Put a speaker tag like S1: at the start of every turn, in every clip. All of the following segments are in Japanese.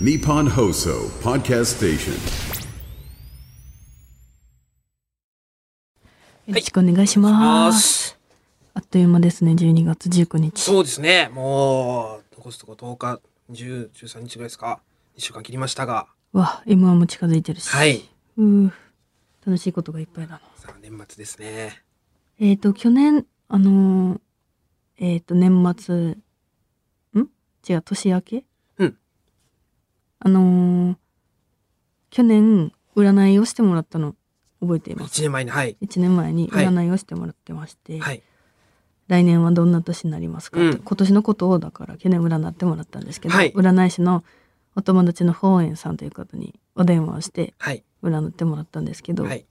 S1: Nippon Hoso Podcast Station.
S2: よろしくお願いしま
S3: あ
S2: す。
S3: す
S2: あっという間ですね、12月19日。
S3: そうですね。もう、残すとこ10日、10、13日ぐらいですか。1週間切りましたが。
S2: わ、M1 も近づいてるし。
S3: はい。
S2: うー楽しいことがいっぱいだな。
S3: さあ、年末ですね。
S2: えっ、と、去年、あのーえっ、と、年末、ん違う、年明け
S3: うん。
S2: あのー去年、占いをしてもらったの、覚えています。
S3: 1年前に、はい。
S2: 1年前に
S3: はい
S2: 占いをしてもらってまして、
S3: はい。
S2: 来年はどんな年になりますかって、
S3: うん
S2: 今年のことをだから去年占ってもらったんですけど、
S3: はい
S2: 占い師のお友達の方園さんという方にお電話をして
S3: はい。
S2: 占ってもらったんですけど、
S3: はい。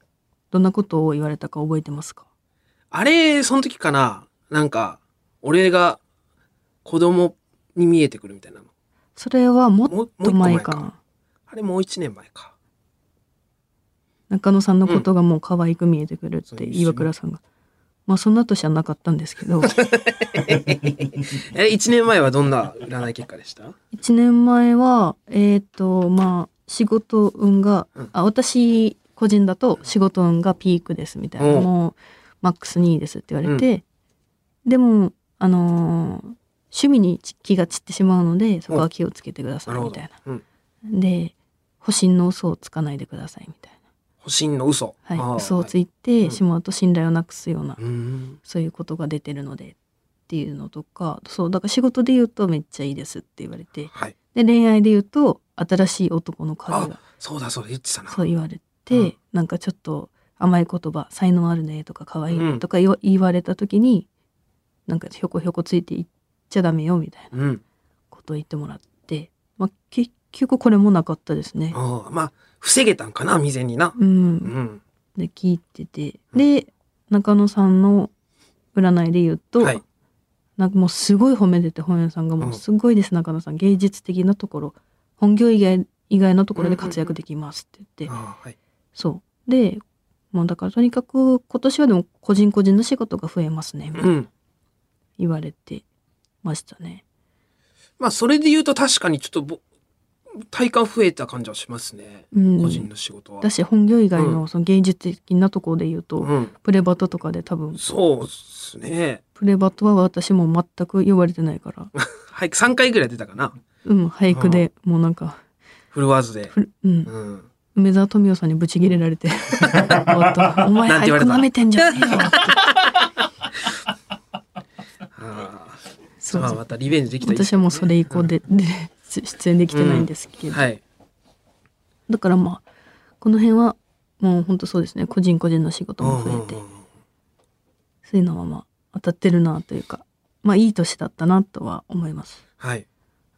S2: どんなことを言われたか覚えてますか
S3: あれ、その時かな。なんか、俺が子供に見えてくるみたいなの。
S2: それはも
S3: も
S2: っ
S3: うもう一
S2: と
S3: 個前
S2: 前
S3: か
S2: かな
S3: あれ、もう1年前か。
S2: 中野さんのことがもう可愛く見えてくるって
S3: うん
S2: 岩倉さんが、まあそんな年はなかったんですけど
S3: え、1年前はどんな占い結果でした
S2: 1年前はえっ、とまあ仕事運が、
S3: うん
S2: あ私個人だと仕事運がピークですみたいな、
S3: うん
S2: もうマックス2ですって言われて、でもあのー趣味に気が散ってしまうのでそこは気をつけてくださ
S3: ないるほ
S2: み
S3: ど
S2: たい。
S3: うん。
S2: な。で保身の嘘をつかないでくださいみたい
S3: 保身の嘘。
S2: な、
S3: あ
S2: は
S3: ー
S2: い、嘘をついてしまうと信頼をなくすような、
S3: うーん。
S2: そういうことが出てるのでっていうのとかそうだから仕事で言うとめっちゃいいですって言われて
S3: はい。
S2: で恋愛で言うと新しい男の影
S3: あ
S2: が、
S3: そうだ、そうだ、言ってたな。
S2: そう言われて、
S3: うん
S2: なんかちょっと甘い言葉「才能あるね」とか「可愛いね
S3: うん
S2: とか言わ言われた時になんかひょこひょこついていっちゃダメよみたいな
S3: うん。
S2: ことを言ってもらって、まあ、結局これもなかったですね。
S3: ああまあ防げたんかな未然にな。
S2: う、
S3: うんん。
S2: で聞いててで中野さんの占いで言うと、
S3: はい。
S2: なんかもうすごい褒めてて本屋さんがもうすごいです中野さん芸術的なところ本業以外以外のところで活躍できますって言って
S3: ああはい。
S2: そうでもうだからとにかく今年はでも個人個人の仕事が増えますねみたいな
S3: うん。
S2: 言われてましたね
S3: まあそれで言うと確かにちょっとぼ体感増えた感じはしますね。
S2: うん
S3: 個人の仕事は
S2: だ。し本業以外
S3: う
S2: のその芸術的なところで言うと、
S3: うん。
S2: プレバトとかで多分
S3: そうっすね。
S2: プレバトは私も全く呼ばれてないから
S3: はい。3回ぐらい出たかな。
S2: うん俳句でもうなんか
S3: フルワーズで。
S2: ふるうん
S3: うん。
S2: 梅沢富美男さんにブチギレら れて終わったお前
S3: なんて言
S2: 俳句
S3: われた
S2: なめてんじゃねえ よって
S3: ああ
S2: そう
S3: まあまたリベンジできたらいいです
S2: 私
S3: け
S2: は
S3: どね
S2: もうそれ以降でで出出演できてないんですけど、
S3: はい。
S2: だからまあこの辺はもう本当そうですね個人個人の仕事も増えて
S3: うんうんうん
S2: そういうのはまあ当たってるなというかまあいい年だったなとは思います。
S3: はい。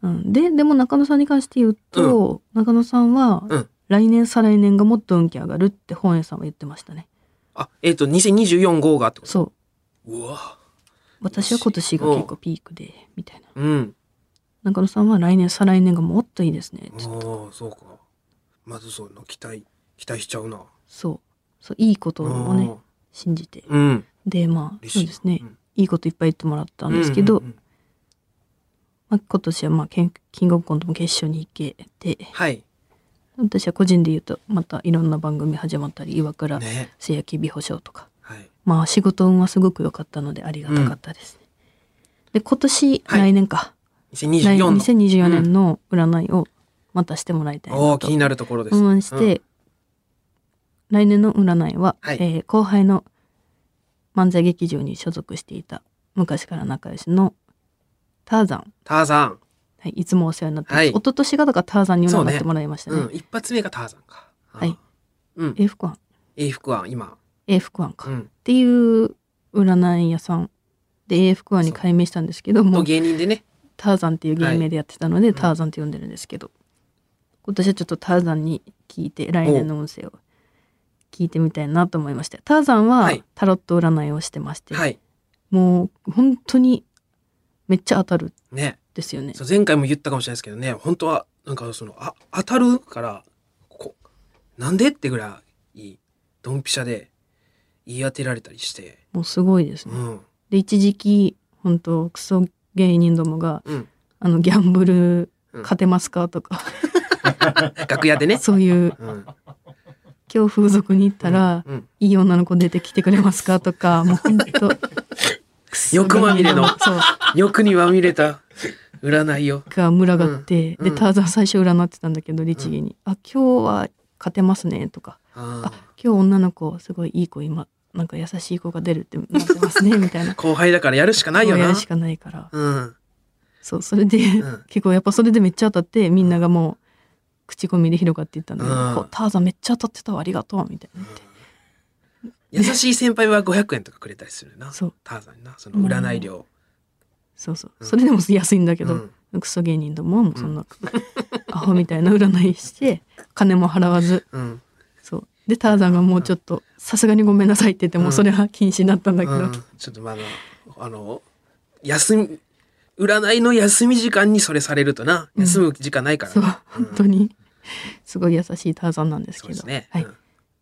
S2: うん、ででも中野さんに関して言うと、中野さんは
S3: うん
S2: 来年再来年がもっと運気上がるって本屋さんは言ってましたね。
S3: あ、えっ、と、2024号がってこと
S2: そう
S3: うわ
S2: 私は今年が結構ピークでみたいな
S3: うん。
S2: 中野さんは来年再来年がもっといいですね
S3: ああ、そうか。まずそういうの期待、期待しちゃうな。
S2: そうそういいことをね
S3: ああ
S2: 信じて
S3: うん。
S2: でまあ
S3: 嬉し
S2: そう
S3: い
S2: ですね、
S3: うん
S2: いいこといっぱい言ってもらったんですけど、
S3: うんうんうん
S2: まあ、今年はまあけんキングオブコントも決勝に行けて
S3: はい。
S2: 私は個人で言うとまたいろんな番組始まったり岩倉
S3: ね。
S2: 製や美保賞とか、
S3: はい。
S2: まあ仕事運はすごく良かったのでありがたかったですね、で今年、
S3: はい
S2: 来年か来
S3: 2024の。
S2: 2024年の占いをまたしてもらいたい
S3: お
S2: な
S3: お
S2: と
S3: 気になるところです。
S2: 思いまして、来年の占いは、
S3: はい
S2: えー後輩の漫才劇場に所属していた昔から仲良しのターザン、
S3: ターザン。
S2: はい、いつもお世話になってます、
S3: はい
S2: 一昨年がだからターザンに
S3: そうね
S2: 占ってもらいましたね
S3: うん。一発目がターザンか。あー
S2: はい。
S3: うん。
S2: A 福庵
S3: 英福は今。
S2: A 福庵か、
S3: う
S2: っ
S3: ん。
S2: ていう占い屋さんで A 福庵に改名したんですけども
S3: と
S2: う
S3: 芸人でね。
S2: ターザンっていう芸名でやってたので、
S3: ん
S2: ターザンって呼んでるんですけど今年はちょっとターザンに聞いて来年の運勢を聞いてみたいなと思いましてターザンは
S3: はい
S2: タロット占いをしてまして、
S3: はい。
S2: もう本当にめっちゃ当たるん
S3: ね。
S2: ですよね
S3: そう前回も言ったかもしれないですけどね、本当は、なんかその、あ、当たるから、こう、なんでってぐらい、ドンピシャで言い当てられたりして。
S2: もうすごいですね、
S3: うん。
S2: で一時期本当クソ芸人どもが
S3: うん。
S2: あのギャンブル
S3: うん
S2: 勝てますかとか、
S3: 楽屋でね。
S2: そういう
S3: うん。
S2: 今日風俗に行ったら、
S3: うん。
S2: いい女の子出てきてくれますかとかもう本 当
S3: 欲まみれの
S2: そう
S3: 欲にまみれた占いよ。
S2: が群がって、
S3: うん
S2: で
S3: うん
S2: ターザン最初占ってたんだけど律儀に「あ今日は勝てますね」とか
S3: あ
S2: 「今日女の子すごいいい子今なんか優しい子が出るってなってます ね」みたいな
S3: ー後輩だからやるしかないよ
S2: そうや
S3: な
S2: る。しかないから
S3: うん。
S2: そうそれで、
S3: ん
S2: 結構やっぱそれでめっちゃ当たってみんながもう口コミで広がっていったんだけど
S3: うん
S2: こうターザンめっちゃ当たってたわありがとう」みたいな
S3: 優しい先輩は500円とかくれたりするな。
S2: そう
S3: ターザンにな。その占い料。
S2: そうそう、
S3: うん
S2: それでも安いんだけど、
S3: うん
S2: クソ芸人どももうそんな、 アホみたいな占いして金も払わず
S3: うん。
S2: そうでターザンがもうちょっとさすがにごめんなさいって言ってもうそれは禁止になったんだけど、
S3: うんちょっとまだ、あの、休み、占いの休み時間にそれされるとな、
S2: うん
S3: 休む時間ないから
S2: そう
S3: な。
S2: 本当にすごい優しいターザンなんです
S3: そ
S2: けど
S3: うですね。
S2: はい
S3: うん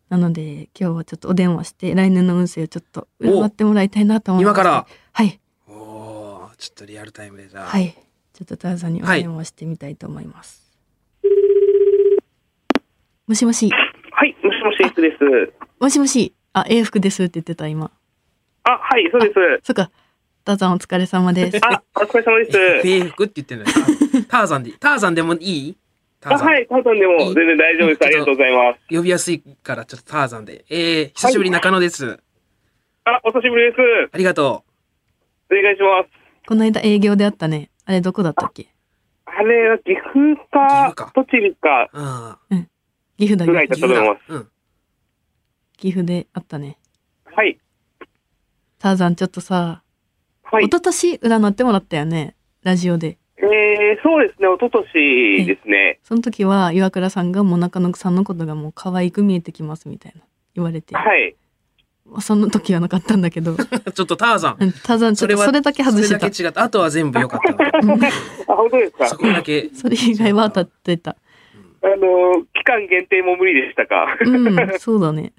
S2: なので今日はちょっとお電話して来年の運勢をちょっと占ってもらいたいなと思いま
S3: 今
S2: す
S3: から、
S2: はい
S3: おおーちょっとリアルタイムでじゃあ。
S2: はいちょっとターザンにお電話してみたいと思います、もしもし
S4: はい、もしもし、エイクです。
S2: もしもしあ A 服ですって言ってた今
S4: あ、はい、そうです。
S2: そっかターザンお疲れ様です
S4: あ、お疲れ様で
S3: え
S4: す。
S3: 制服って言ってんのよ。 ターザンで、ターザンでもいいタ
S4: あ、
S3: ーザン。
S4: はい、ターザンでも全然大丈夫です。ありがとうございます。
S3: 呼びやすいから、ちょっとターザンで。えー、久しぶり
S4: はい
S3: 中野です。
S4: あ、お久しぶりです。
S3: ありがと
S4: お願いします。
S2: この間営業であったねあれどこだったっけ
S4: あれは岐阜
S3: 岐阜
S4: か
S3: か、
S4: 栃木か、
S3: う。うん。
S2: 岐阜だ
S4: ぐらい
S2: よ
S4: だったと思います。
S3: うん。
S2: 岐阜であったね
S4: はい、
S2: ターザンちょっとさ、
S4: は
S2: 一
S4: い。
S2: 昨年占ってもらったよねラジオで
S4: えー、そうですね、一昨年ですね。
S2: その時は岩倉さんがもう中野さんのことがもう可愛く見えてきますみたいな言われて、
S4: はい。
S2: まあその時はなかったんだけど
S3: ちょっとターザン。
S2: うんターザンちょっとそれだけ外してた
S3: それだけ違った。あとは全部良かったわ
S2: うん
S4: あ、本当ですか。
S3: そこだけ。
S2: それ以外は当たってた
S4: あの、期間限定も無理でしたか。
S2: うんそうだね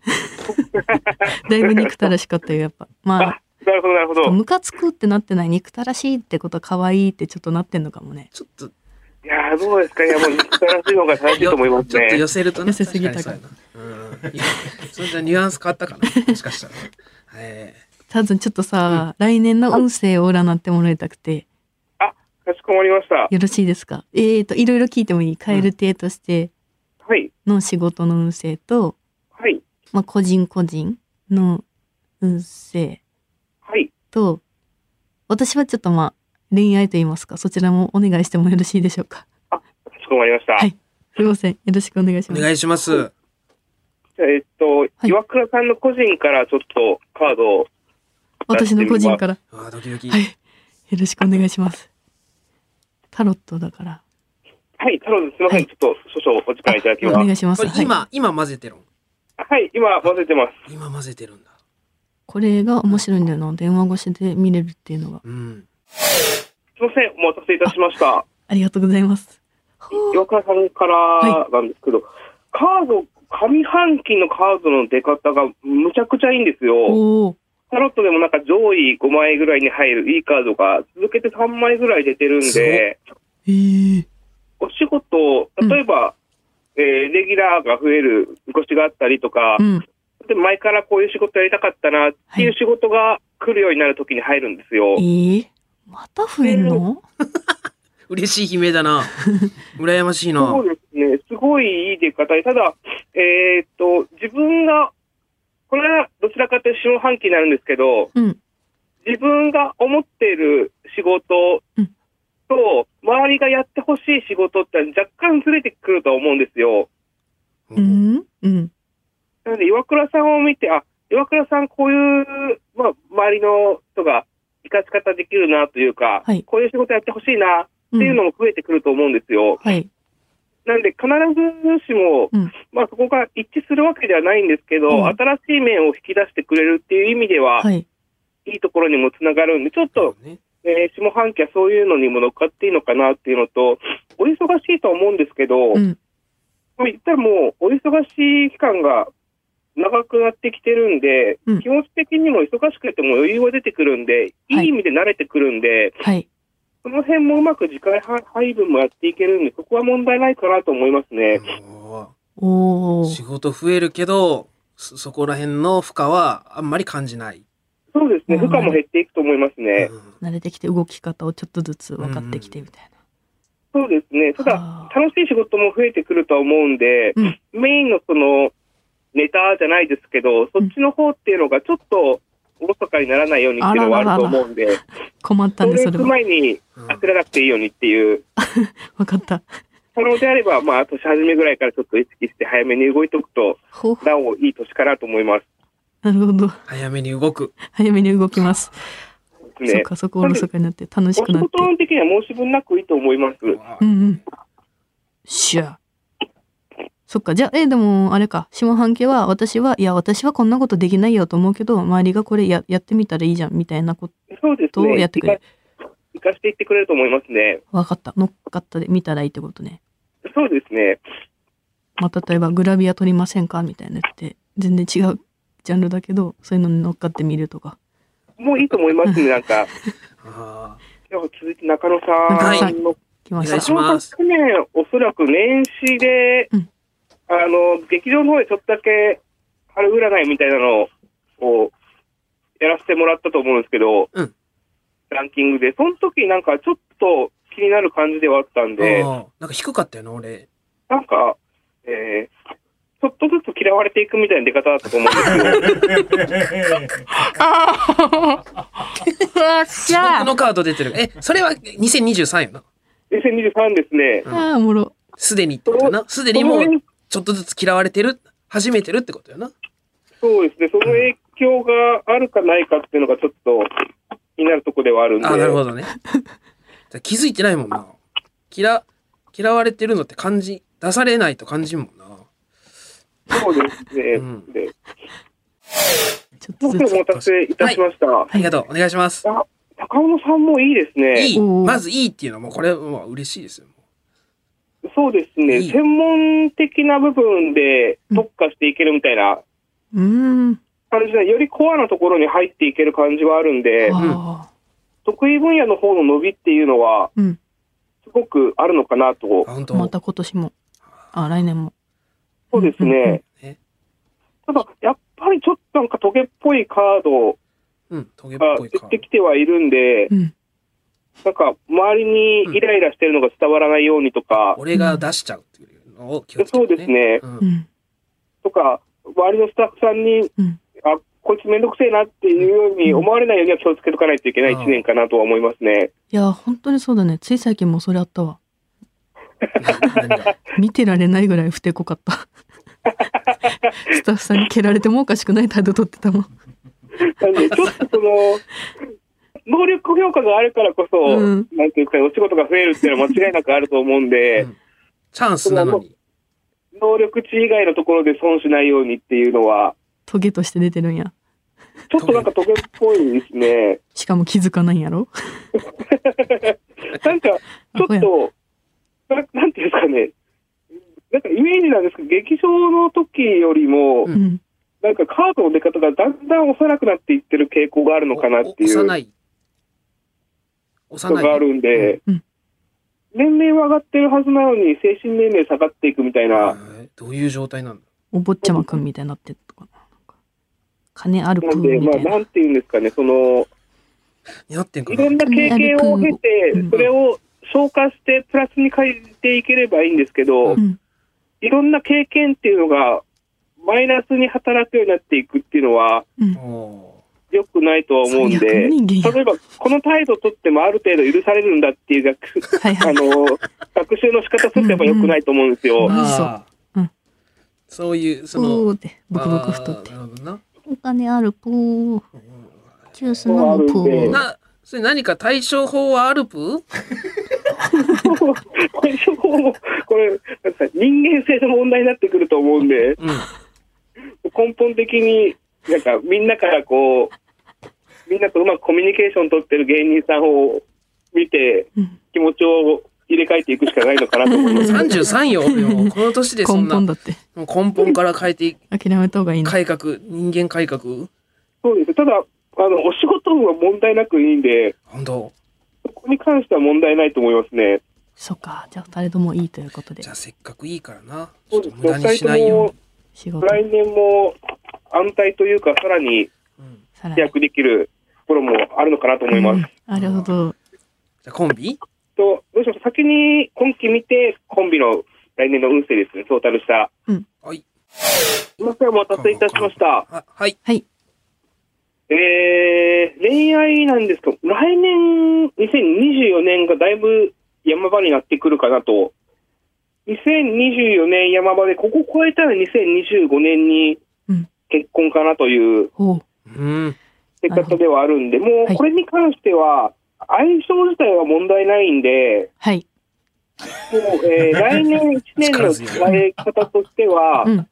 S2: だいぶ憎たらしかったよやっぱま
S4: あ、なるほど、なるほ
S2: あ
S4: ど。
S2: ムカつくってなってない憎たらしいってことは可愛いってちょっとなってんのかもね
S3: ちょっと、
S4: いやー、どうですか。いや、もう、素晴らしい方が正しい
S3: よ
S4: と思います
S3: ちょっと寄
S4: ね。
S3: せるとね。
S2: 寄せすぎたか
S3: 確かにそうやなうん。いやそれじゃニュアンス変わった かな。もしかしたら。え
S2: ターザンちょっとさ、来年の運勢を占ってもらいたくて
S4: あ、かしこまりました。
S2: よろしいですかえーといろいろ聞いてもいい蛙亭として
S4: はい、
S2: の仕事の運勢と、
S4: はい、
S2: まあ、個人個人の運勢
S4: はい。
S2: と私はちょっとまあ恋愛と言いますかそちらもお願いしてもよろしいでしょう か
S4: かしこまりました。
S2: はいすいませんよろしくお願いし
S3: ーお
S2: ます
S3: 願いします。
S4: じゃあえっと、
S2: はい
S4: 岩倉さんの個人からちょっとカードを、
S2: 私の個人から
S3: ああ、ドキドキ。
S2: はいよろしくお願いしますタロットだから
S4: はい、太郎です。すみません、
S2: はい
S4: ちょっと少々お時間いただき
S2: お
S4: ます。
S2: 願いしま
S3: こ
S2: す
S3: れ
S2: はい、
S3: 今、今混ぜてるん。
S4: はい、今混ぜてます。
S3: 今混ぜてるんだ。
S2: これが面白いんだよな電話越しで見れるっていうのが
S3: うん。
S4: すみません、お待たせいたしました。
S2: ありがとうございます
S4: 岩倉さんからなんですけど、カード、上半期のカードの出方がむちゃくちゃいいんですよ。
S2: おお
S4: タロットでもなんか上位5枚ぐらいに入るいいカードが続けて3枚ぐらい出てるんで、
S2: えー、
S4: お仕事、例えば、えーレギュラーが増える見越しがあったりとか
S2: う、ん
S4: で前からこういう仕事やりたかったなっていう仕事が来るようになるときに入るんですよ。
S2: えー、また増えんの、
S3: 嬉しい悲鳴だ な。羨ましいな
S4: そ。うですね、すごいいい出方で、ただ、えーっと、自分が、これはどちらかというと下半期になるんですけど、
S2: うん
S4: 自分が思っている仕事
S2: うん
S4: と、周りがやってほしい仕事って若干ずれてくると思うんですよ。
S2: う
S3: うん
S2: んうん
S4: なので、岩倉さんを見て、あ、岩倉さんこういう、まあ、周りの人が生かし方できるなというか、
S2: はい
S4: こういう仕事やってほしいなっていう
S2: うん
S4: のも増えてくると思うんですよ。
S2: はい
S4: なんで、必ずしも、
S2: うん
S4: まあ、そこが一致するわけではないんですけど、
S2: うん
S4: 新しい面を引き出してくれるっていう意味では、、
S2: はいい
S4: いところにもつながるんで、ちょっと、
S3: ね。
S4: えー下半期はそういうのにも乗っかっていいのかなっていうのと、お忙しいとは思うんですけど、
S2: うん
S4: まあ言ったらもう、お忙しい期間が長くなってきてるんで、
S2: うん
S4: 気持ち的にも忙しくても余裕が出てくるんで、い
S2: はい
S4: い意味で慣れてくるんで、
S2: はい
S4: その辺もうまく時間配分もやっていけるんで、そこは問題ないかなと思いますね。
S3: お
S2: おお。
S3: ー仕事増えるけど、そ、そこら辺の負荷はあんまり感じない。
S4: そうですね、
S2: うん
S4: 負荷も減っていくと思いますね。
S3: うん
S2: 慣れてきて動き方をちょっとずつ分かってきてみたい
S4: そうですね、ただ、
S2: な。
S4: 楽しい仕事も増えてくるとは思うんで、
S2: うん
S4: メインのそのネタじゃないですけど、そっちの方っていうのがちょっとおろそかにならないようにっていうのはあ
S2: あらら
S4: る
S2: ら
S4: と
S2: ら
S4: 思うんで、
S2: 困った
S4: そ
S2: んで
S4: れ
S2: そ
S4: 行
S2: れ
S4: く
S2: は。
S4: 前に
S3: うん
S4: 焦らなくていいようにっていう、
S2: 分かった。
S4: 可能であれば、まあ、年始めぐらいからちょっと意識して早めに動いておくと、
S2: ほう
S4: なおいい年かなと思います。
S2: なるほど。
S3: 早めに動く。
S2: 早めに動きます。そ
S4: ね
S2: う、か、そこおろそかになって楽
S4: お仕
S2: しくなって。
S4: 事的には申し分なくいいと思います。
S2: うんうん。しゃ。そっか、じゃあ、え、でも、あれか、下半期は、私は、いや、私はこんなことできないよと思うけど、周りがこれややってみたらいいじゃん、みたいなこと、
S4: そうです
S2: どう
S4: ね。
S2: やってくれる
S4: 生か生かしていってくれると思いますね。
S2: 分かった、乗っかったで見たらいいってことね。
S4: そうですね。
S2: まあ、例えば、グラビア撮りませんかみたいなのって、全然違うジャンルだけど、そういうのに乗っかってみるとか。
S4: もういいと思います ね、なんか。
S3: あ
S4: では続いて中野さんの、
S2: 来まし
S3: お願
S2: た
S3: いし。ます
S4: 中野さん去年おそらく年始で、
S2: うん
S4: あの、劇場の方でちょっとだけ春占いみたいなのをやらせてもらったと思うんですけど、
S3: うん
S4: ランキングで、その時なんかちょっと気になる感じではあったん
S3: ー
S4: で、
S3: あーなんか低かったよな、俺。
S4: なんか、えー、ちょっとずつ嫌われていくみたいな出方だったと思うんですけど、
S2: あ あわっしゃ
S3: 僕のカード出てる。え、それは2023よな。
S4: 2023ですね、
S2: ああ、おもろ。
S3: すでにってことやな。すでにもうちょっとずつ嫌われてる、始めてるってことやな。
S4: そうですね、その影響があるかないかっていうのがちょっと気になるとこではあるんで、
S3: あ、なるほどね。じゃあ気づいてないもんな。嫌、嫌われてるのって感じ、出されないと感じんもんな。
S4: そうですね。
S3: うん
S4: で
S2: ちょっ
S4: も
S2: と
S4: う
S2: ず
S4: お待
S2: つ。
S4: たせいたしました。
S3: ありがとう。お願いします。
S4: あ高野さんもいいですね。
S3: いい。
S2: おー
S3: まずいいっていうのはもうこれは嬉しいですよ。
S4: そうですね。
S3: いい
S4: 専門的な部分で特化していけるみたいな
S2: うーん。
S4: 感じで、よりコアなところに入っていける感じはあるんで、
S2: ああ。
S4: 得意分野の方の伸びっていうのは、
S2: うん。
S4: すごくあるのかなと
S3: あ、。本当。
S2: また今年も。あ、来年も。
S4: そうです
S2: うんうん
S4: ね。
S3: ね、
S4: ただ、やっぱりちょっとなんかトゲっぽいカード
S3: うん、トゲっ
S4: が
S3: ぽい
S4: 出
S3: か。
S4: てきてはいるんで
S2: う、ん。
S4: なんか周りにイライラしてるのが伝わらないようにとか、
S3: 俺が出しちゃうっていうのを気をつけ
S4: そう
S3: て、
S4: です。ね。
S3: う。
S2: うん ん。
S4: とか、周りのスタッフさんに
S2: うん。
S4: あ、こいつめんどくせえなっていうように思われないようには気をつけとかないといけない
S3: うん
S4: 一年かなとは思いますね。
S2: いや、本当にそうだね。つい最近もそれあったわ。
S3: 何が
S2: 見てられないぐらい不手こか った。スタッフさんに蹴られてもおかしくない態度取ってたもん。
S4: な んで、ちょっとその、能力評価があるからこそ、
S2: うん
S4: なんていうか、お仕事が増えるっていうのは間違いなくあると思うんで、
S3: うんチャンスなのに。
S4: 能力値以外のところで損しないようにっていうのは、
S2: トゲとして出てるんや。
S4: ちょっとなんかトゲっぽいですね。
S2: しかも気づかないんやろ。
S4: なんか、ちょ
S2: アホや
S4: っと、ななんていうんですかね、なんかイメージなんですけど、劇場の時よりも、
S3: う
S2: うん。
S4: なんかカードの出方がだんだん幼くなっていってる傾向があるのかなっていう
S3: 幼
S4: の
S3: い。幼い。
S4: があるんで、
S2: うん
S4: 年齢は上がってるはずなのに精神年齢下がっていくみたいな、
S3: えーどういう状態なんだ
S2: お坊ちゃまくんみたいになってったかな。なんか金あるプ
S4: なん
S2: ー
S4: で、
S2: み
S4: まあ、
S2: たいな
S4: な。んていうんですかね、その、
S3: になってんか
S4: い
S3: な
S4: ろんな経験を経て
S2: うん、
S4: それを消化してプラスに変えていければいいんですけど、
S2: うん。
S4: いろんな経験っていうのが、マイナスに働くようになっていくっていうのは、
S2: うん。
S3: お
S4: 良くないとは思うん
S2: 最
S4: で
S2: 悪、人間や
S4: 例えば、この態度とってもある程度許されるんだっていう学
S2: はい
S4: あ
S2: はい。
S4: の、学習の仕方すれば良くないと思うんです
S3: ー
S4: よ。
S2: マジそう
S3: あ
S2: う
S3: ー
S2: ん
S3: そういう、
S2: そ
S3: その、
S2: うで、ブクブク太って
S3: あー。なるほどな。
S2: お金あるプー。ジュース飲
S4: あ
S2: む
S4: る
S2: プ
S4: んで
S2: ー。
S3: な、それ何か対処法はあるぷ
S4: これ、これ、なんか人間性の問題になってくると思うんで、
S3: うん。
S4: 根本的に、なんかみんなからこう、みんなとうまくコミュニケーション取ってる芸人さんを見て、
S2: うん
S4: 気持ちを入れ替えていくしかないのかなと思い ます。
S3: 33よ、俺もこの年でそん
S2: 根
S3: な、
S2: 本
S3: も
S2: だって。
S3: う根本から変えてい、
S2: 諦めた方がいいな。
S3: 改革、人間改革
S4: そうです。ただ、あの、お仕事は問題なくいいんで、
S3: 本当
S4: そここに関しては問題ないと思いますね。
S2: そっか。じゃあ二人ともいいということで
S3: じゃ。あせっかくいいからな。ち
S4: そ
S3: ょっ
S4: うで
S3: と
S4: す
S3: 無駄
S4: ね。二
S3: にし
S4: 人
S3: ない
S4: と
S3: よ
S4: も
S2: 仕事。
S4: 来年も安泰というか、さらに
S3: うに。うん
S2: さら
S4: 飛躍できるところもあるのかなと思います。
S2: なるほど。
S3: じゃあコンビ
S4: と、どうしましょう。先に今期見て、コンビの来年の運勢ですね、トータルした。
S3: はい。
S4: すみません、お待たせいたしました。
S3: あはい。
S2: はい。
S4: えー、恋愛なんですけど、来年、2024年がだいぶ山場になってくるかなと。2024年山場で、ここ超えたら2025年に
S2: うん
S4: 結婚かなという
S2: おう。
S3: うん。
S4: 出方ではあるんで、も
S2: は
S4: う
S2: い
S4: これに関しては、相性自体は問題ないんで、
S2: はい。
S4: もう、 えー来年1年の使え方としては、
S2: うん。
S4: もう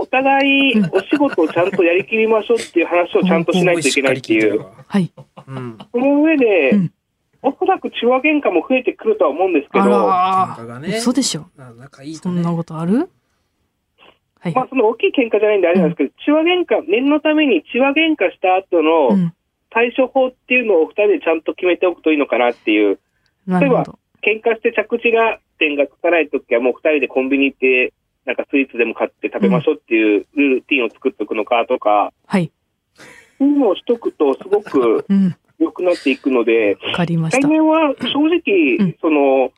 S4: お互いお仕事をちゃんとやりきりましょうっていう話をちゃんとしないといけないってい
S3: しっ
S4: う。
S3: か
S2: はい。
S3: り聞いてるわうん。
S4: その上で、
S2: うん
S4: おそらく痴話喧嘩も増えてくるとは思うんですけ
S2: あ
S4: ど、
S3: 喧嘩
S2: らー。
S3: がね
S2: 嘘でしょ。
S3: な仲いい
S2: そ
S3: と
S2: ん
S3: ね
S2: な。ことあるはい
S4: ま。あその大きい喧嘩じゃないんであれなんですけど、痴話喧嘩、念のために痴話喧嘩した後
S2: う
S4: の
S2: ん。
S4: 対処法っていうのをお二人でちゃんと決めておくといいのかなっていう。
S2: なるほど。
S4: 喧嘩して着地が点がつかないときはもう二人でコンビニ行って、なんかスイーツでも買って食べましょうっていうルーティンを作っておくのかとか、
S2: はい。
S4: そういうのをしとくとすごく
S2: うん。
S4: 良くなっていくので、
S2: わかりまし
S4: 来
S2: た。
S4: 年は正直、
S2: うん
S4: その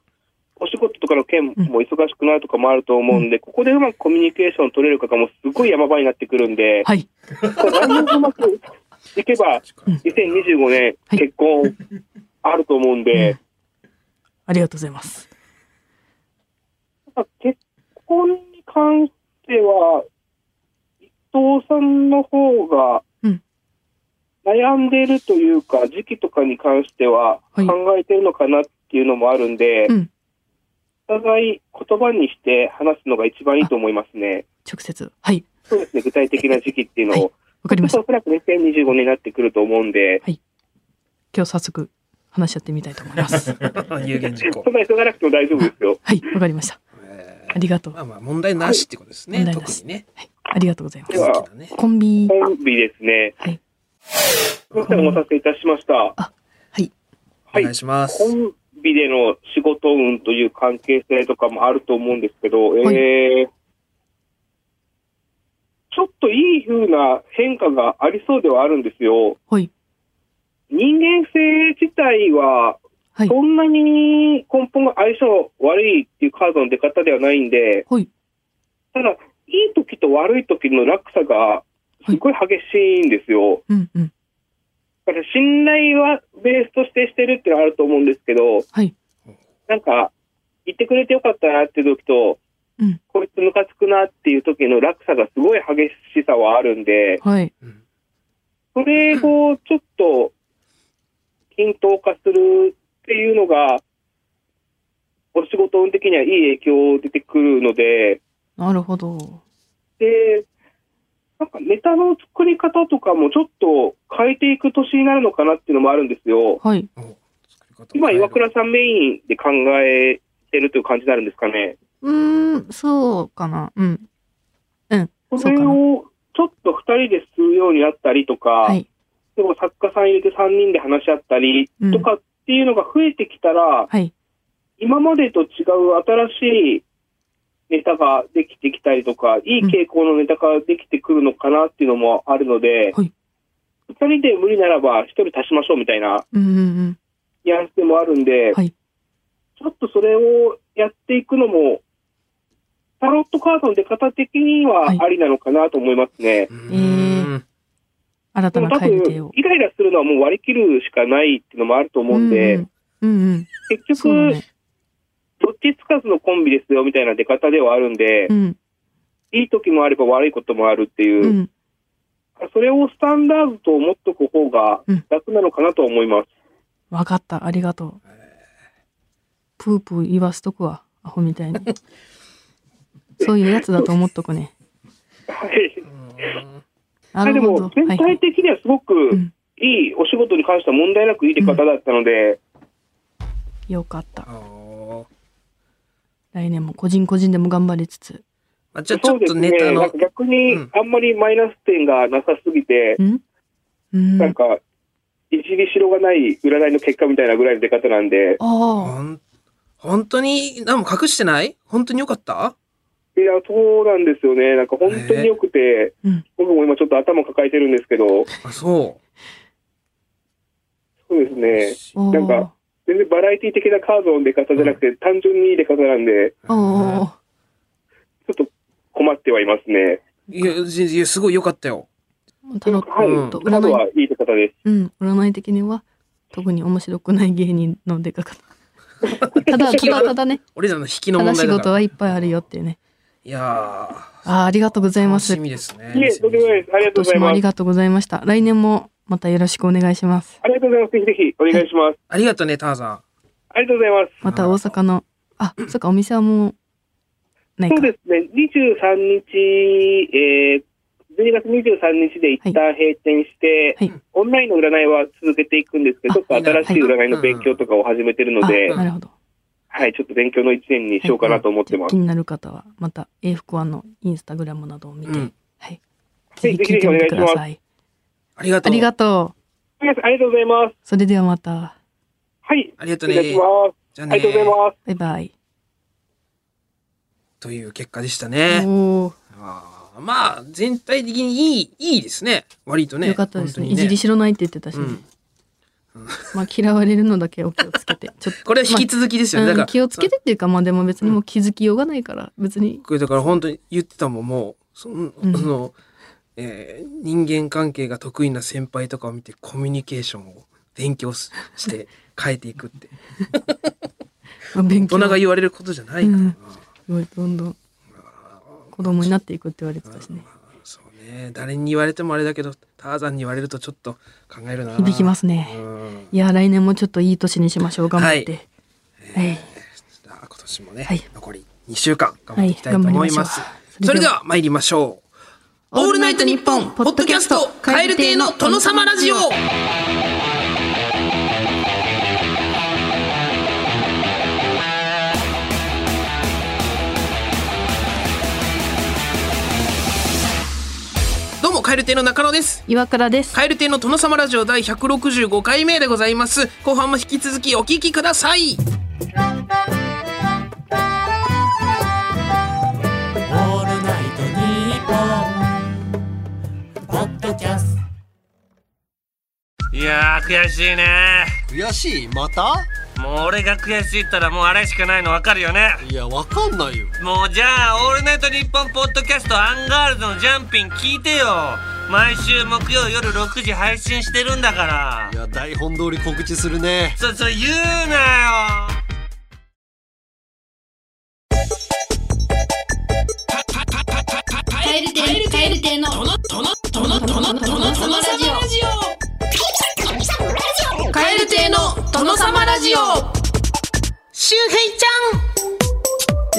S4: お仕事とかの件も忙しくなるとかもあると思うんで、ここでうまくコミュニケーション取れるかがもうすごい山場になってくるんで、
S2: はい。
S4: 来年うまくいけば、2025年
S2: はい
S4: 結婚あると思うんで、
S2: ありがとうございます。
S4: なんか結婚に関しては、伊藤さんの方が
S2: うん
S4: 悩んでいるというか、時期とかに関しては
S2: は
S4: 考
S2: い
S4: えてるのかなっていうのもあるんで、
S2: うん
S4: お互い言葉にして話すのが一番いいと思いますね。
S2: 直接。はい。
S4: そうですね、具体的な時期っていうのを。
S2: わかりまし
S4: ちょ
S2: た
S4: っ。とおそらく2025年になってくると思うんで、
S2: 今日早速話し合ってみたいと思い ます。
S3: 有言実行
S4: そ。んな急がなくても大丈夫ですよ。
S2: はい。わかりました。
S3: え
S2: ありがと
S3: ー
S2: う
S3: ま。あまあ問題なしってことですね。
S2: はい
S3: 特にね。
S2: ありがとうございます
S4: で。は
S3: 大きなね
S2: コンビ。
S4: コンビですね。
S2: はい。
S4: すみません、お待たせいたしました。
S2: はい。
S3: お
S4: はい
S3: 願いします。
S4: コンビでの仕事運という関係性とかもあると思うんですけど、
S2: はい
S4: えーちょっといい風な変化がありそうではあるんですよ。
S2: はい。
S4: 人間性自体は、
S2: はい。
S4: そんなに根本が相性悪いっていうカードの出方ではないんで、
S2: はい。
S4: ただ、いい時と悪い時の落差がすごい激しいんですよ。
S2: うんうん。
S4: だから信頼はベースとしてしてるっていうのはあると思うんですけど、
S2: はい。
S4: なんか、言ってくれてよかったなっていう時と、
S2: うん
S4: こいつムカつくなっていう時の落差がすごい激しさはあるんで、
S2: はい。
S3: うん
S4: それをちょっと均等化するっていうのが、お仕事運的にはいい影響出てくるので、
S2: なるほど。
S4: で、なんかネタの作り方とかもちょっと変えていく年になるのかなっていうのもあるんですよ。
S2: はい。
S3: お作り方を変え
S4: 今、
S3: る
S4: 岩倉さんメインで考えてるという感じになるんですかね。
S2: うーん、そうかな。うん。
S4: それをちょっと2人でするようになったりとか、
S2: はい。
S4: でも作家さん入れて3人で話し合ったり
S2: うん
S4: とかっていうのが増えてきたら、
S2: はい。
S4: 今までと違う新しいネタができてきたりとか、いい傾向のネタができてくるのかなっていうのもあるので、
S2: はい
S4: 2人で無理ならば1人足しましょうみたいな
S2: うんうん
S4: ニュアンスでもあるんで、
S2: はい
S4: ちょっとそれをやっていくのも、タロットカードの出方的にはありなのかなと思いますね。
S2: え
S3: うーん。
S2: 新
S4: で
S2: た
S4: も
S2: な
S4: 多
S2: 帰り手
S4: 分
S2: を、。
S4: イライラするのはもう割り切るしかないっていうのもあると思うんで、
S2: うんうん。うん
S4: 結
S2: うん。そうだ
S4: 局、
S2: ね。
S4: どっちつかずのコンビですよみたいな出方ではあるんで、
S2: うん
S4: いい時もあれば悪いこともあるっていうう、
S2: ん。
S4: それをスタンダードと思っとく方が
S2: うん
S4: 楽なのかなとは思います。
S2: わかった。ありがとう。プープー言わすとくわ。アホみたいに。そういうやつだと思っとくね。
S4: はい。
S2: な
S4: で
S2: るほど。
S4: も、全
S2: は
S4: 体
S2: い。
S4: 的にはすごく
S2: ん
S4: いいお仕事に関しては問題なくいい出方だったので、
S2: よかった。
S3: あー
S2: 来年も個人個人でも頑張りつつ。
S3: まあじゃあち
S4: そ
S3: ょ
S4: う
S3: っ
S4: です
S3: とネ
S4: ね、
S3: タ
S4: なん
S3: の
S4: か、逆にあんまりマイナス点がなさすぎて、
S2: んうん。
S4: なんか、いじりしろがない占いの結果みたいなぐらいの出方なんで、
S2: ああ。
S3: ほん、本当に何も隠してない本当によかった
S4: いや、そうなんですよね。なんか本当に良くて、
S2: うん。
S4: 僕も今ちょっと頭抱えてるんですけど、
S3: あ、そ
S4: そうです
S3: う。
S4: ね。
S2: あー
S4: なんか全然バラエティ的なカードの出方じゃなくて、単純にいい出方なんで、
S2: あー
S4: ちょっと困ってはいますね。
S3: いや、いやいやすごいよかったよ。
S2: タロ
S4: はい。
S2: ット、
S4: カード
S2: 占い、
S4: はいい出方です。
S2: うん、占い的には特に面白くない芸人の出かかった。ただ、ただ、ただね、
S3: 俺らの引きの
S2: ただ
S3: 問
S2: 仕
S3: 題だか
S2: 事
S3: ら。
S2: はいっぱいあるよっていうね。
S3: いや
S2: ああ、ありがとうござい
S3: ー、
S2: ま
S3: 楽
S2: す。
S3: し
S2: 今
S3: みですね。
S4: いえ、とんでもないです。ありがとうござ
S2: 年
S4: い
S2: もあ
S4: ま
S2: り
S4: す。
S2: がとうございました。来年もまたよろしくお願いします。
S4: ありがとうございます。ぜひぜひお願いします。
S3: ありがとうね、ターザン。
S4: ありがとうございます。
S2: また大阪の、あ、そっか、お店はもう、ない
S4: そう
S2: か。
S4: ですね、23日、えー、12月23日で一旦閉店して、
S2: はい。
S4: オンラインの占いは続けていくんですけど、
S2: あ
S4: ちょっと新しい
S2: はい
S4: 占いの勉強とかを始めてるので、
S2: あ、なるほど。
S4: はい、ちょっと勉強の一年にしようかなと思ってます
S2: 気。になる方は、また、英福湾のインスタグラムなどを見て、
S3: うん
S2: はい。ぜ
S4: ぜひ
S2: ひ聞いてみてください。
S3: ありがと
S2: あ
S3: う。
S2: りがとう。
S4: ありがとうございます。
S2: それではまた。
S4: はい、
S3: ありがとう
S4: 失
S3: ね。
S4: 礼します。
S3: じゃあ
S4: あ
S3: ね
S4: りがとうございます。
S2: バイバイ。
S3: という結果でしたね。
S2: お
S3: あーまあ、全体的にいい、いいですね。割と
S2: お、
S3: ね。
S2: よかったですね。
S3: 本
S2: い
S3: 当
S2: じ
S3: に
S2: りしろないって言ってたし、ね
S3: うん
S2: まあ嫌われるのだけお気をつけて。ちょっと
S3: これは引き続きですよね。だか
S2: う
S3: ら、
S2: ん、気をつけてっていうかまあでも別にもう気づきようがないから別に
S3: これだから本当に言ってたもんもうその,、
S2: うん
S3: そのえー人間関係が得意な先輩とかを見てコミュニケーションを勉強す して変えていくって
S2: まあ勉
S3: 大
S2: 強
S3: 人が言われることじゃないからな、
S2: うんどんどん子供になっていくって言われてたしね
S3: そうね誰に言われてもあれだけどターザンに言われるとちょっと考えるな
S2: 響きますね
S3: うん
S2: いや来年もちょっといい年にしましょう頑張ってはい、
S3: じゃあ今年もね、
S2: はい
S3: 残り2週間頑張っていきたいと思います、
S2: はい頑張りましょう
S3: それでは参りましょうオールナイトニッポンポッドキャスト蛙亭の殿様ラジオどうも蛙亭の中野です
S2: 岩倉です
S3: 蛙亭の殿様ラジオ第165回目でございます後半も引き続きお聞きください
S5: オールナイトニッポン」ポッドキャスト
S6: いやー悔しいね
S7: 悔しいまた
S6: もう俺が悔しいったらもうあれしかないの分かるよね
S7: いやわかんないよ
S6: もうじゃあ「オールナイトニッポン」ポッドキャストアンガールズのジャンピン聞いてよ毎週木曜夜6時配信してるんだから
S7: いや台本通り告知するね
S6: そそう言うなよ
S8: カエル亭カエル亭の殿殿殿殿様ラジオカエル亭の殿様ラジオ
S3: 周平ち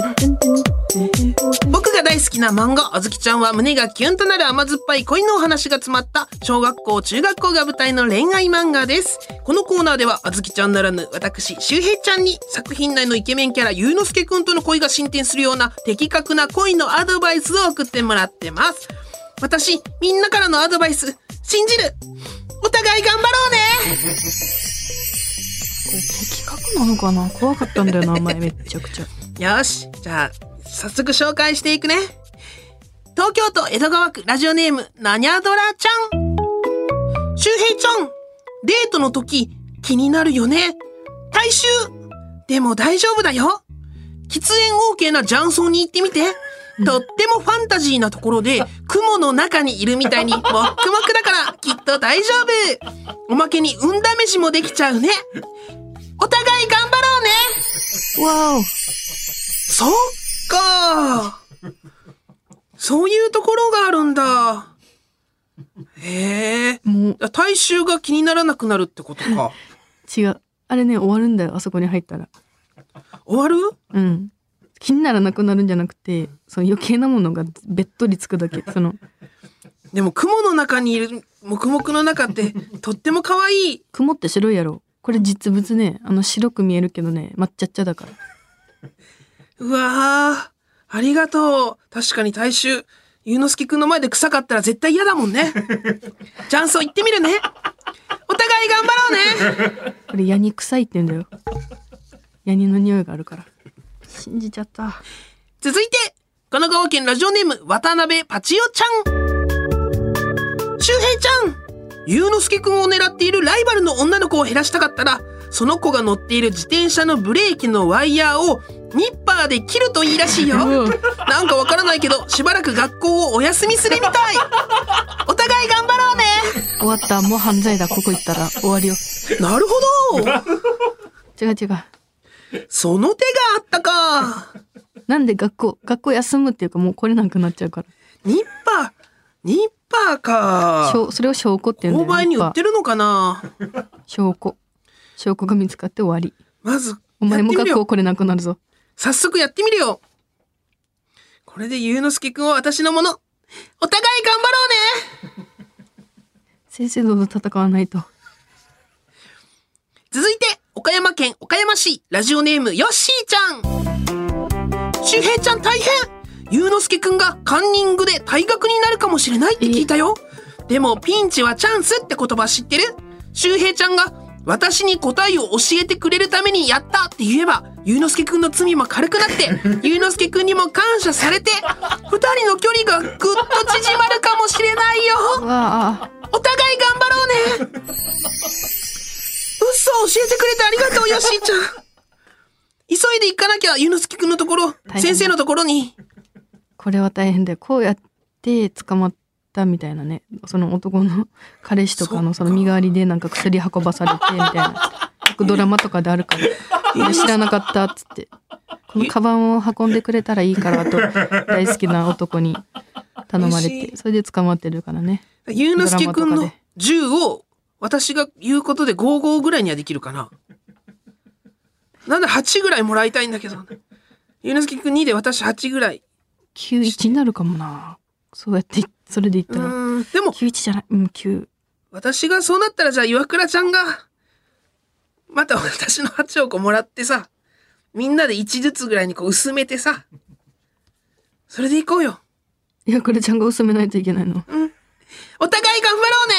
S3: ゃん僕が大好きな漫画、あずきちゃんは胸がキュンとなる甘酸っぱい恋のお話が詰まった小学校、中学校が舞台の恋愛漫画です。このコーナーではあずきちゃんならぬ私、周平ちゃんに作品内のイケメンキャラ、ゆうのすけくんとの恋が進展するような的確な恋のアドバイスを送ってもらってます。私、みんなからのアドバイス、信じるお互い頑張ろうね
S2: 的確なのかな怖かったんだよ な前めっちゃくちゃ
S3: よし、じゃあ、早速紹介していくね。東京都江戸川区ラジオネーム、なにゃドラちゃん。周平ちゃん、デートの時、気になるよね。大衆でも大丈夫だよ。喫煙 OK な雀荘に行ってみて。とってもファンタジーなところで、雲の中にいるみたいに、もっくもくだから、きっと大丈夫。おまけに、運試しもできちゃうね。お互い頑張ろうね
S2: わお
S3: そっか そういうところがあるんだ。へえ。
S2: もう
S3: 体臭が気にならなくなるってことか。
S2: 違うあれね終わるんだよあそこに入ったら
S3: 終わる
S2: うん気にならなくなるんじゃなくてその余計なものがべっとりつくだけその
S3: でも雲の中にいる黙々の中って とっても可愛い。
S2: 雲って白いやろこれ実物ねあの白く見えるけどね抹茶茶だから
S3: うわーありがとう。確かに体臭。ゆ うのすけくんの前で臭かったら絶対嫌だもんね。ジャンソン行ってみるね。お互い回頑張ろうね
S2: これヤニ臭いって言うんだよヤニの匂いがあるから信じちゃった
S3: 続いて神奈川県ラジオネーム渡辺パチオちゃん周平ちゃんゆうのすけくんを狙っているライバルの女の子を減らしたかったらその子が乗っている自転車のブレーキのワイヤーをニッパーで切るといいらしいよ
S2: うん
S3: なんかわからないけどしばらく学校をお休みするみたいお互い頑張ろうね
S2: 終わったもう犯罪だここ行ったら終わりよ
S3: なるほど
S2: 違う違う
S3: その手があったか
S2: なんで学校学校休むっていうかもう来れなくなっちゃうか
S3: ニッパーニッパー
S2: らし
S3: か
S2: ょうそれを証拠って言うんだ
S3: 購
S2: よ
S3: 買に売って
S2: る
S3: るのかな
S2: 証拠証拠が見つかって終わり
S3: まず
S2: お前も
S3: やって
S2: 学
S3: みるよ
S2: 校来れなくなるぞ
S3: 早速やってみるよこれでゆうのすけくんは私のものお互い頑張ろうね
S2: 先生どうぞ戦わないと
S3: 続いて岡山県岡山市ラジオネームよっしーちゃん周平ちゃん大変ゆうのすけくんがカンニングで退学になるかもしれないって聞いたよでもピンチはチャンスって言葉知ってる周平ちゃんが私に答えを教えてくれるためにやったって言えば、ゆうのすけくんの罪も軽くなって、ゆうのすけくんにも感謝されて、二人の距離がぐっと縮まるかもしれないよ
S2: うわあ
S3: お互い頑張ろうね嘘教えてくれてありがとうよしーちゃん急いで行かなきゃゆうのすきくんのところ
S2: 変
S3: 先生のところに
S2: これは大変だよこうやって捕まったみたいなねその男 の彼氏とかのその身代わりでなんか薬運ばされてみたいな よくドラマとかであるからで知らなかったっつってこのカバンを運んでくれたらいいからと大好きな男に頼まれ
S3: 嬉してい
S2: それで捕まってるからね
S3: ゆうのすけくん
S2: ドラマ
S3: の
S2: とかで
S3: 銃を私が言うことで5号ぐらいにはできるかななんだ8ぐらいもらいたいんだけどゆうのすけくん2で私8ぐらい
S2: 91になるかもなそうやってそれで言っ
S3: う
S2: たら
S3: ーんでも
S2: 91じゃないうん9
S3: 私がそうなったらじゃあ岩倉ちゃんがまた私の8億もらってさみんなで1ずつぐらいにこう薄めてさそれでいこうよ
S2: いやこれちゃんが薄めないといけないの
S3: お互い頑張ろうね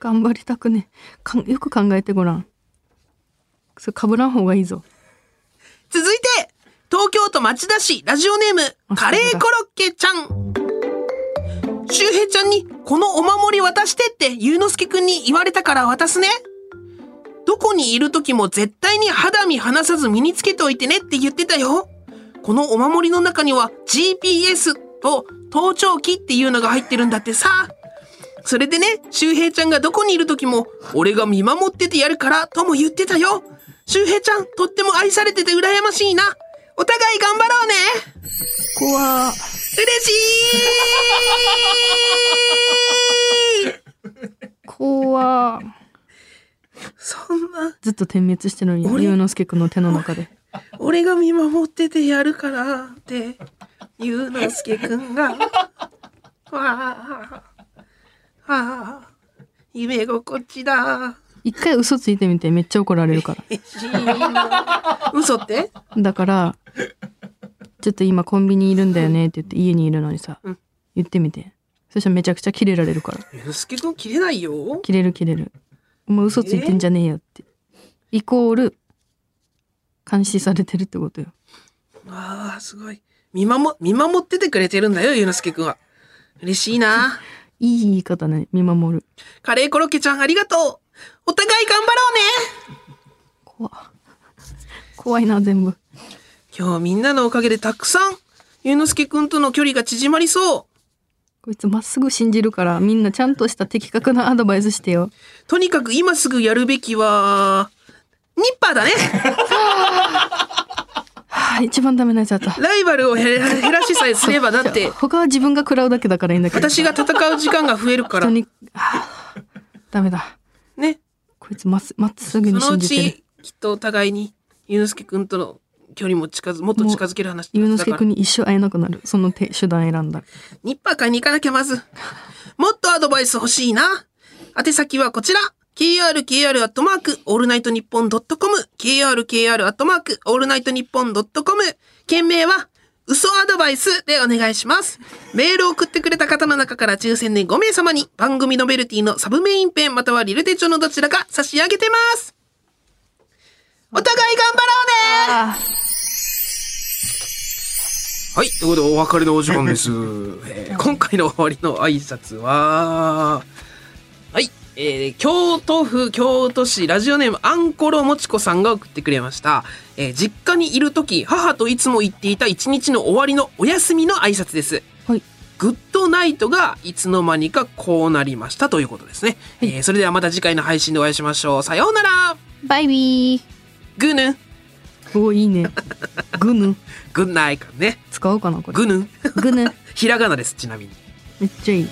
S2: 頑張りたくねかんよく考えてごらんそれかぶらん方がいいぞ
S3: 続いて東京都町田市ラジオネーム
S2: あ
S3: カレーコロッケちゃん周平ちゃんにこのお守り渡してってゆうのすけくんに言われたから渡すねどこにいる時も絶対に肌身離さず身につけておいてねって言ってたよこのお守りの中には GPS と盗聴器っていうのが入ってるんだってさそれでね、周平ちゃんがどこにいる時も、俺が見守っててやるから、とも言ってたよ。周平ちゃん、とっても愛されてて羨ましいな。お互い頑張ろうね。
S2: ここは
S3: 嬉しい
S2: ここは
S3: そんな、
S2: ずっと点滅してるのに
S3: 俺
S2: 龍之介くんの手の中で
S3: 俺が見守っててやるから、って、ゆうのすけくんが、 わあ、わあ、夢心地だ。
S2: 一回嘘ついてみてめっちゃ怒られるから
S3: 嬉しいな嘘って
S2: だからちょっと今コンビニいるんだよねって言って家にいるのにさ、
S3: うん
S2: 言ってみてそしたらめちゃくちゃキレられるから
S3: ゆうのすけくん切れないよ。
S2: キレるキレるお前嘘ついてんじゃねえよってイコール監視されてるってことよ
S3: ああ、すごい。見守、見守っててくれてるんだよ、ゆうのすけくんは。嬉しいな。
S2: いい言い方ね見守る
S3: カレーコロッケちゃんありがとう。お互い頑張ろうね。
S2: 怖怖いな全部
S3: 今日みんなのおかげでたくさん、ゆうのすけくんとの距離が縮まりそ
S2: こいつまっすぐ信じるからみんなちゃんとした的確なアドバイスしてよ
S3: う。とにかく今すぐやるべきは、ニッパーだね。
S2: はあ一番ダメなやつだった
S3: ライバルを減ら減らしさえすれば、だっ
S2: じゃ
S3: て
S2: あ、他は自分が食らうだけだからいいんだけど
S3: 私が戦う時間が増えるから
S2: 人。に、はあダメだ
S3: ね。
S2: こいつまっすまっすぐ
S3: そ
S2: に
S3: の
S2: 信
S3: う
S2: じてる
S3: ち、きっとお互いに、ゆうのすけくんとの距離も近づ、もっと近づける話
S2: ゆうのすけ
S3: だか
S2: く
S3: ら
S2: んに一生会えなくなるその手手段選んだ
S3: ニッパー買いに行かなきゃまず。もっとアドバイス欲しいな。宛先はこちら。krkr アットマークオールナイトニッポンドットコム krkr アットマークオールナイトニッポンドットコム件名は嘘アドバイスでお願いします。メールを送ってくれた方の中から抽選で5名様に番組ノベルティのサブメインペンまたはリル手帳のどちらか差し上げてます。お互い頑張ろ
S2: あ
S3: うねはい。ということで、お別れのお時間です。えー今回の終わりの挨拶は、はい。えー京都府京都市ラジオネームアンコロもちこさんが送ってくれました。えー実家にいるとき、母といつも言っていた一日の終わりのお休みの挨拶です。
S2: はい。
S3: グッドナイトがいつの間にかこうなりましたということですね。えーそれではまた次回の配信でお会いしましょう。さようなら
S2: バイビー
S3: グーヌン
S2: おいいねグヌ
S3: グッナイかね。
S2: 使おうかなこれ
S3: グーヌン
S2: グヌ
S3: ひらがなです、ちなみに。
S2: めっちゃいい